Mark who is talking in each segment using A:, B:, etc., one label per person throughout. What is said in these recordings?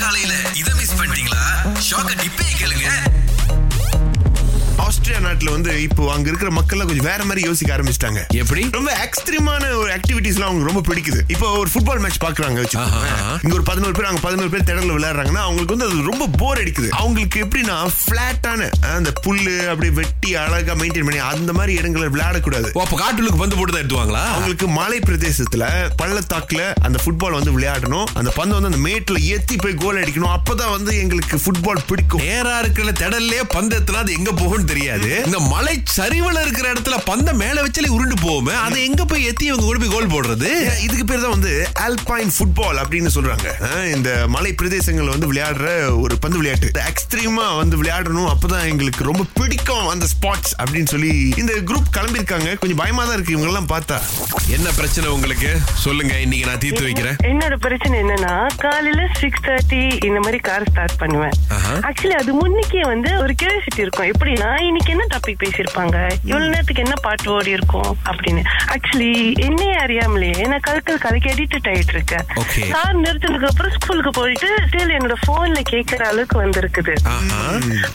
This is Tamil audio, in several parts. A: காலையில இதை மிஸ் பண்ணிட்டீங்களா ஷாக்க டிப்பே கேளுங்க
B: ஆஸ்திரேலியா நாட்டுல வந்து இப்போ அங்க இருக்கிற மக்கள்லாம் கொஞ்சம் வேற மாதிரி யோசிக்க ஆரம்பிச்சிட்டாங்க
C: எப்படி
B: ரொம்ப எக்ஸ்ட்ரீமான ஒரு ஆக்டிவிட்டிஸ்லாம் அவங்களுக்கு ரொம்ப பிடிக்குது இப்போ ஒரு ஃபுட்பால் மேட்ச் பாக்குறாங்க வச்சுக்கோங்க
C: ஆஹா.
B: இங்க ஒரு பதினோரு பேர் அங்க பதினோரு பேர் திடல்ல விளையாடுறாங்கன்னா அவங்களுக்கு வந்து அது ரொம்ப போர் அடிக்குது அவங்களுக்கு எப்படின்னா பிளாட்டான அந்த புல்லு அப்படியே வெட்டி அழகா மெயின்டைன் பண்ணி அந்த மாதிரி இடங்களை விளையாடக்கூடாது
C: ஓ, அப்ப காட்டுலுக்கு பந்து போட்டு தான் எடுத்துவாங்களா
B: அவங்களுக்கு மலை பிரதேசத்துல பள்ளத்தாக்குல அந்த ஃபுட்பால் வந்து விளையாடணும் அந்த பந்து வந்து அந்த மேட்ல ஏத்தி போய் கோல் அடிக்கணும் அப்பதான் வந்து எங்களுக்கு ஃபுட்பால் பிடிக்கும்
C: நேரா இருக்கிற திடல்லே பந்தத்துல அது எங்க போகும்னு தெரியாது இந்த மலை சரிவுல இருக்கிற இடத்துல பந்த மேல வச்சாலே உருண்டு போகுமே அதை எங்க போய் எத்தி இவங்க கொண்டு போய் கோல் போடுறது
B: ஏன் இதுக்கு பேர் தான் வந்து ஆல்பைன் ஃபுட்பால் அப்படின்னு சொல்றாங்க அஹ் இந்த மலை பிரதேசங்கள்ல வந்து விளையாடுற ஒரு பந்து விளையாட்டு எக்ஸ்ட்ரீமா வந்து விளையாடணும் அப்பதான் எங்களுக்கு ரொம்ப பிடிக்கும் அந்த ஸ்பாட்ஸ் அப்படின்னு சொல்லி இந்த குரூப் கிளம்பியிருக்காங்க கொஞ்சம் பயமா தான் இருக்கு இவங்க எல்லாம் பார்த்தா
C: என்ன பிரச்சனை உங்களுக்கு சொல்லுங்க இன்னைக்கு நான் தீர்த்து வைக்கிறேன்
D: என்னோட பிரச்சனை என்னன்னா காலையில சிக்ஸ் தேர்ட்டி இந்த மாதிரி கார் ஸ்டார்ட் பண்ணுவேன்
C: ஆஹா.
D: ஆக்சுவலி அது முன்னுக்கே வந்து ஒரு கியூரியாசிட்டி இருக்கும் எப்படின்னா இன்னைக்கு என்ன டாபிக் பேசியிருப்பாங்க இவ்வளவு நேரத்துக்கு என்ன பாட்டு ஓடி இருக்கும் அப்படின்னு ஆக்சுவலி என்னையே அறியாமலேயே நான் கலக்கல் கலக்கி அடிக்டட் ஆயிட்டு இருக்கேன்
C: Okay.
D: கார் நிறுத்தினதுக்கு அப்புறம் ஸ்கூலுக்கு போயிட்டு ஸ்டில் என்னோட போன்ல கேட்கற அளவுக்கு வந்திருக்குது
C: ஆஹா.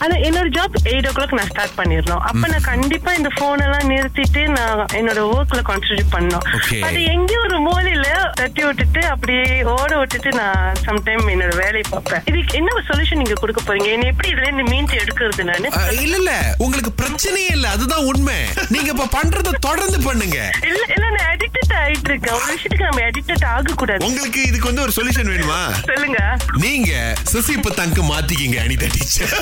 D: ஆனா என்னோட ஜாப் எயிட் ஓ கிளாக் நான் ஸ்டார்ட் பண்ணிடணும் அப்ப நான் கண்டிப்பா இந்த போன் எல்லாம் நிறுத்திட்டு நான் என்னோட ஒர்க்ல கான்சென்ட்ரேட் பண்ணணும்
C: Okay.
D: அது எங்கேயும் ஒரு மூலையில தட்டி விட்டுட்டு அப்படியே ஓட விட்டுட்டு நான் சம்டைம் என்னோட வேலையை பார்ப்பேன் இதுக்கு என்ன சொல்யூஷன் நீங்க கொடுக்க போறீங்க என்ன எப்படி இதுல இருந்து மீன்ஸ் எடுக்கிறது நானு
C: அஹ், இல்ல இல்ல உங்களுக்கு பிரச்சனையே இல்ல அதுதான் உண்மை நீங்க இப்ப பண்றத தொடர்ந்து பண்ணுங்க
D: இல்ல இல்ல நான் அடிக்டட் ஆயிட்டு இருக்கேன் ஒரு விஷயத்துக்கு நம்ம அடிக்டட் ஆக கூடாது
B: உங்களுக்கு இதுக்கு வந்து ஒரு சொல்யூஷன் வேணுமா
D: சொல்லுங்க
C: நீங்க சிசிப்பு தங்கு மாத்திக்கிங்க அனிதா டீச்சர்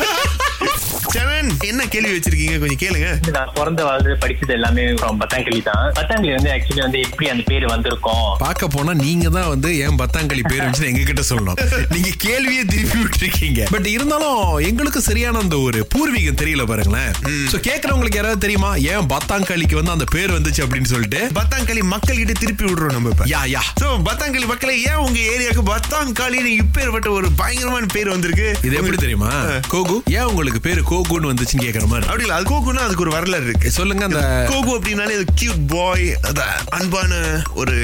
B: சரண் என்ன கேள்வி வச்சிருக்கீங்க கொஞ்சம் கேளுங்க
E: நான் பிறந்த வாழ்றது படிச்சது எல்லாமே from பத்தாம் கிளி தான் பத்தாம் கிளி வந்து ஆக்சுவலி வந்து எப்படி அந்த பேர் வந்திருக்கும்
C: பார்க்க போனா நீங்க தான் வந்து ஏன் பத்தாங்களி பேர் வச்சு எங்க கிட்ட சொல்லணும் நீங்க கேள்வியே திருப்பி விட்டுருக்கீங்க பட் இருந்தாலும் எங்களுக்கு சரியான அந்த ஒரு பூர்வீகம் தெரியல பாருங்களேன் சோ கேக்குறவங்களுக்கு யாராவது தெரியுமா ஏன் பத்தாங்களிக்கு வந்து அந்த பேர் வந்துச்சு அப்படின்னு சொல்லிட்டு
B: பத்தாங்காளி மக்கள் கிட்ட திருப்பி விடுறோம் நம்ம இப்ப
C: யா யா
B: சோ பத்தாங்காளி மக்களே ஏன் உங்க ஏரியாக்கு பத்தாங்காளின்னு இப்பேற்பட்ட ஒரு பயங்கரமான பேர் வந்திருக்கு
C: இது எப்படி தெரியுமா கோகு ஏன் உங்களுக்கு பேரு கோகுன்னு வந்துச்சுன்னு கேக்குற மாதிரி
B: அப்படி இல்ல அது கோகுன்னா அதுக்கு ஒரு வரலாறு இருக்கு
C: சொல்லுங்க அந்த
B: கோகு அப்படின்னாலே அது கியூட் பாய் அது அன்பான ஒரு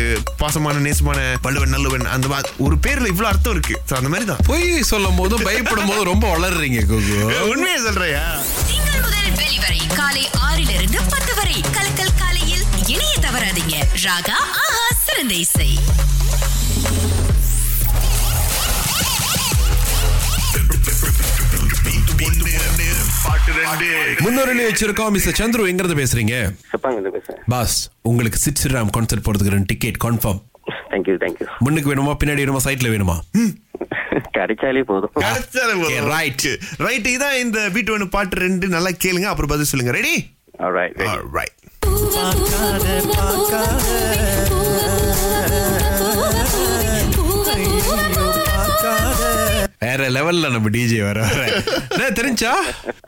B: பாசமான நேசமான வள்ளுவன் நல்லவன் அந்த மாதிரி ஒரு பேர்ல இவ்வளவு அர்த்தம் இருக்கு So, அந்த மாதிரி தான்
C: பொய் சொல்லும் போதும் பயப்படும் போதும் ரொம்ப வளர்றீங்க கோகு
B: உண்மையை சொல்றியா
F: திங்கள் முதல் வெளிவரை காலை ஆறிலிருந்து பத்து வரை கலக்கல் காலையில் இணைய தவறாதீங்க ராகா ஆஹா சிறந்த இசை
C: முன்னோரிலே வச்சிருக்கோம் மிஸ்டர் சந்துரு எங்க இருந்து பேசுறீங்க
G: சப்பாங்கிட்ட பேசுறேன்
C: பாஸ் உங்களுக்கு சிட் ஸ்ரீராம் கான்சர்ட் போறதுக்கு ரெண்டு டிக்கெட் கன்ஃபார்ம்
G: தேங்க்யூ தேங்க்யூ
C: முன்னுக்கு வேணுமா பின்னாடி வேணுமா சைட்ல வேணுமா
G: கிடைச்சாலே போதும்
C: Okay, right.
B: ரைட் ரைட் இதான் இந்த வீட்டு ஒன்று பாட்டு ரெண்டு நல்லா கேளுங்க அப்புறம் பதில் சொல்லுங்க ரெடி
G: Alright, ready.
B: ரைட்
C: வேற லெவல்ல நம்ம டிஜே வர வர என்ன தெரிஞ்சா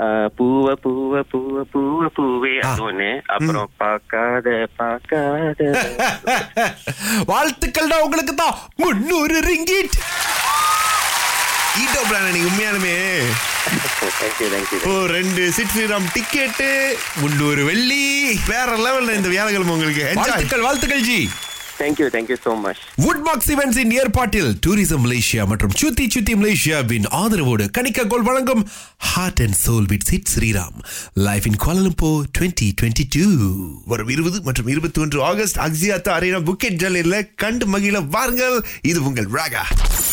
G: ஆ, பூவ பூவ பூவ பூவ பூவே அது ஒண்ணு அப்புறம் பார்க்காத பார்க்காத
C: வாழ்த்துக்கள்டா உங்களுக்கு தான் முன்னூறு ரிங்கிட்
B: ஈட்டோ பிளான் நீங்க உண்மையாலுமே
G: தேங்க்யூ தேங்க்யூ
B: ஓ ரெண்டு சிட் ஸ்ரீராம் டிக்கெட்டு
C: முன்னூறு வெள்ளி
B: வேற லெவல்ல இந்த வியாழக்கிழமை உங்களுக்கு என்ஜாய்
C: வாழ்த்துக்கள் வாழ்த்துக்கள் ji
G: thank you thank you so much
C: wood box events இன் ஏற்பாட்டில் டூரிசம் மலேசியா மற்றும் சுத்தி சுத்தி மலேசியாவின் ஆதரவோடு கணிக்க கோல் வழங்கும் heart and soul with Sid Sriram life in Colombo twenty twenty two
B: வரும் இருபது மற்றும் இருபத்தி ஒன்று ஆகஸ்ட் அக்ஸியாத்தா அரேனா புக்கெட் ஜல்லையில் கண்டு மகிழ வாருங்கள் இது உங்கள் ராகா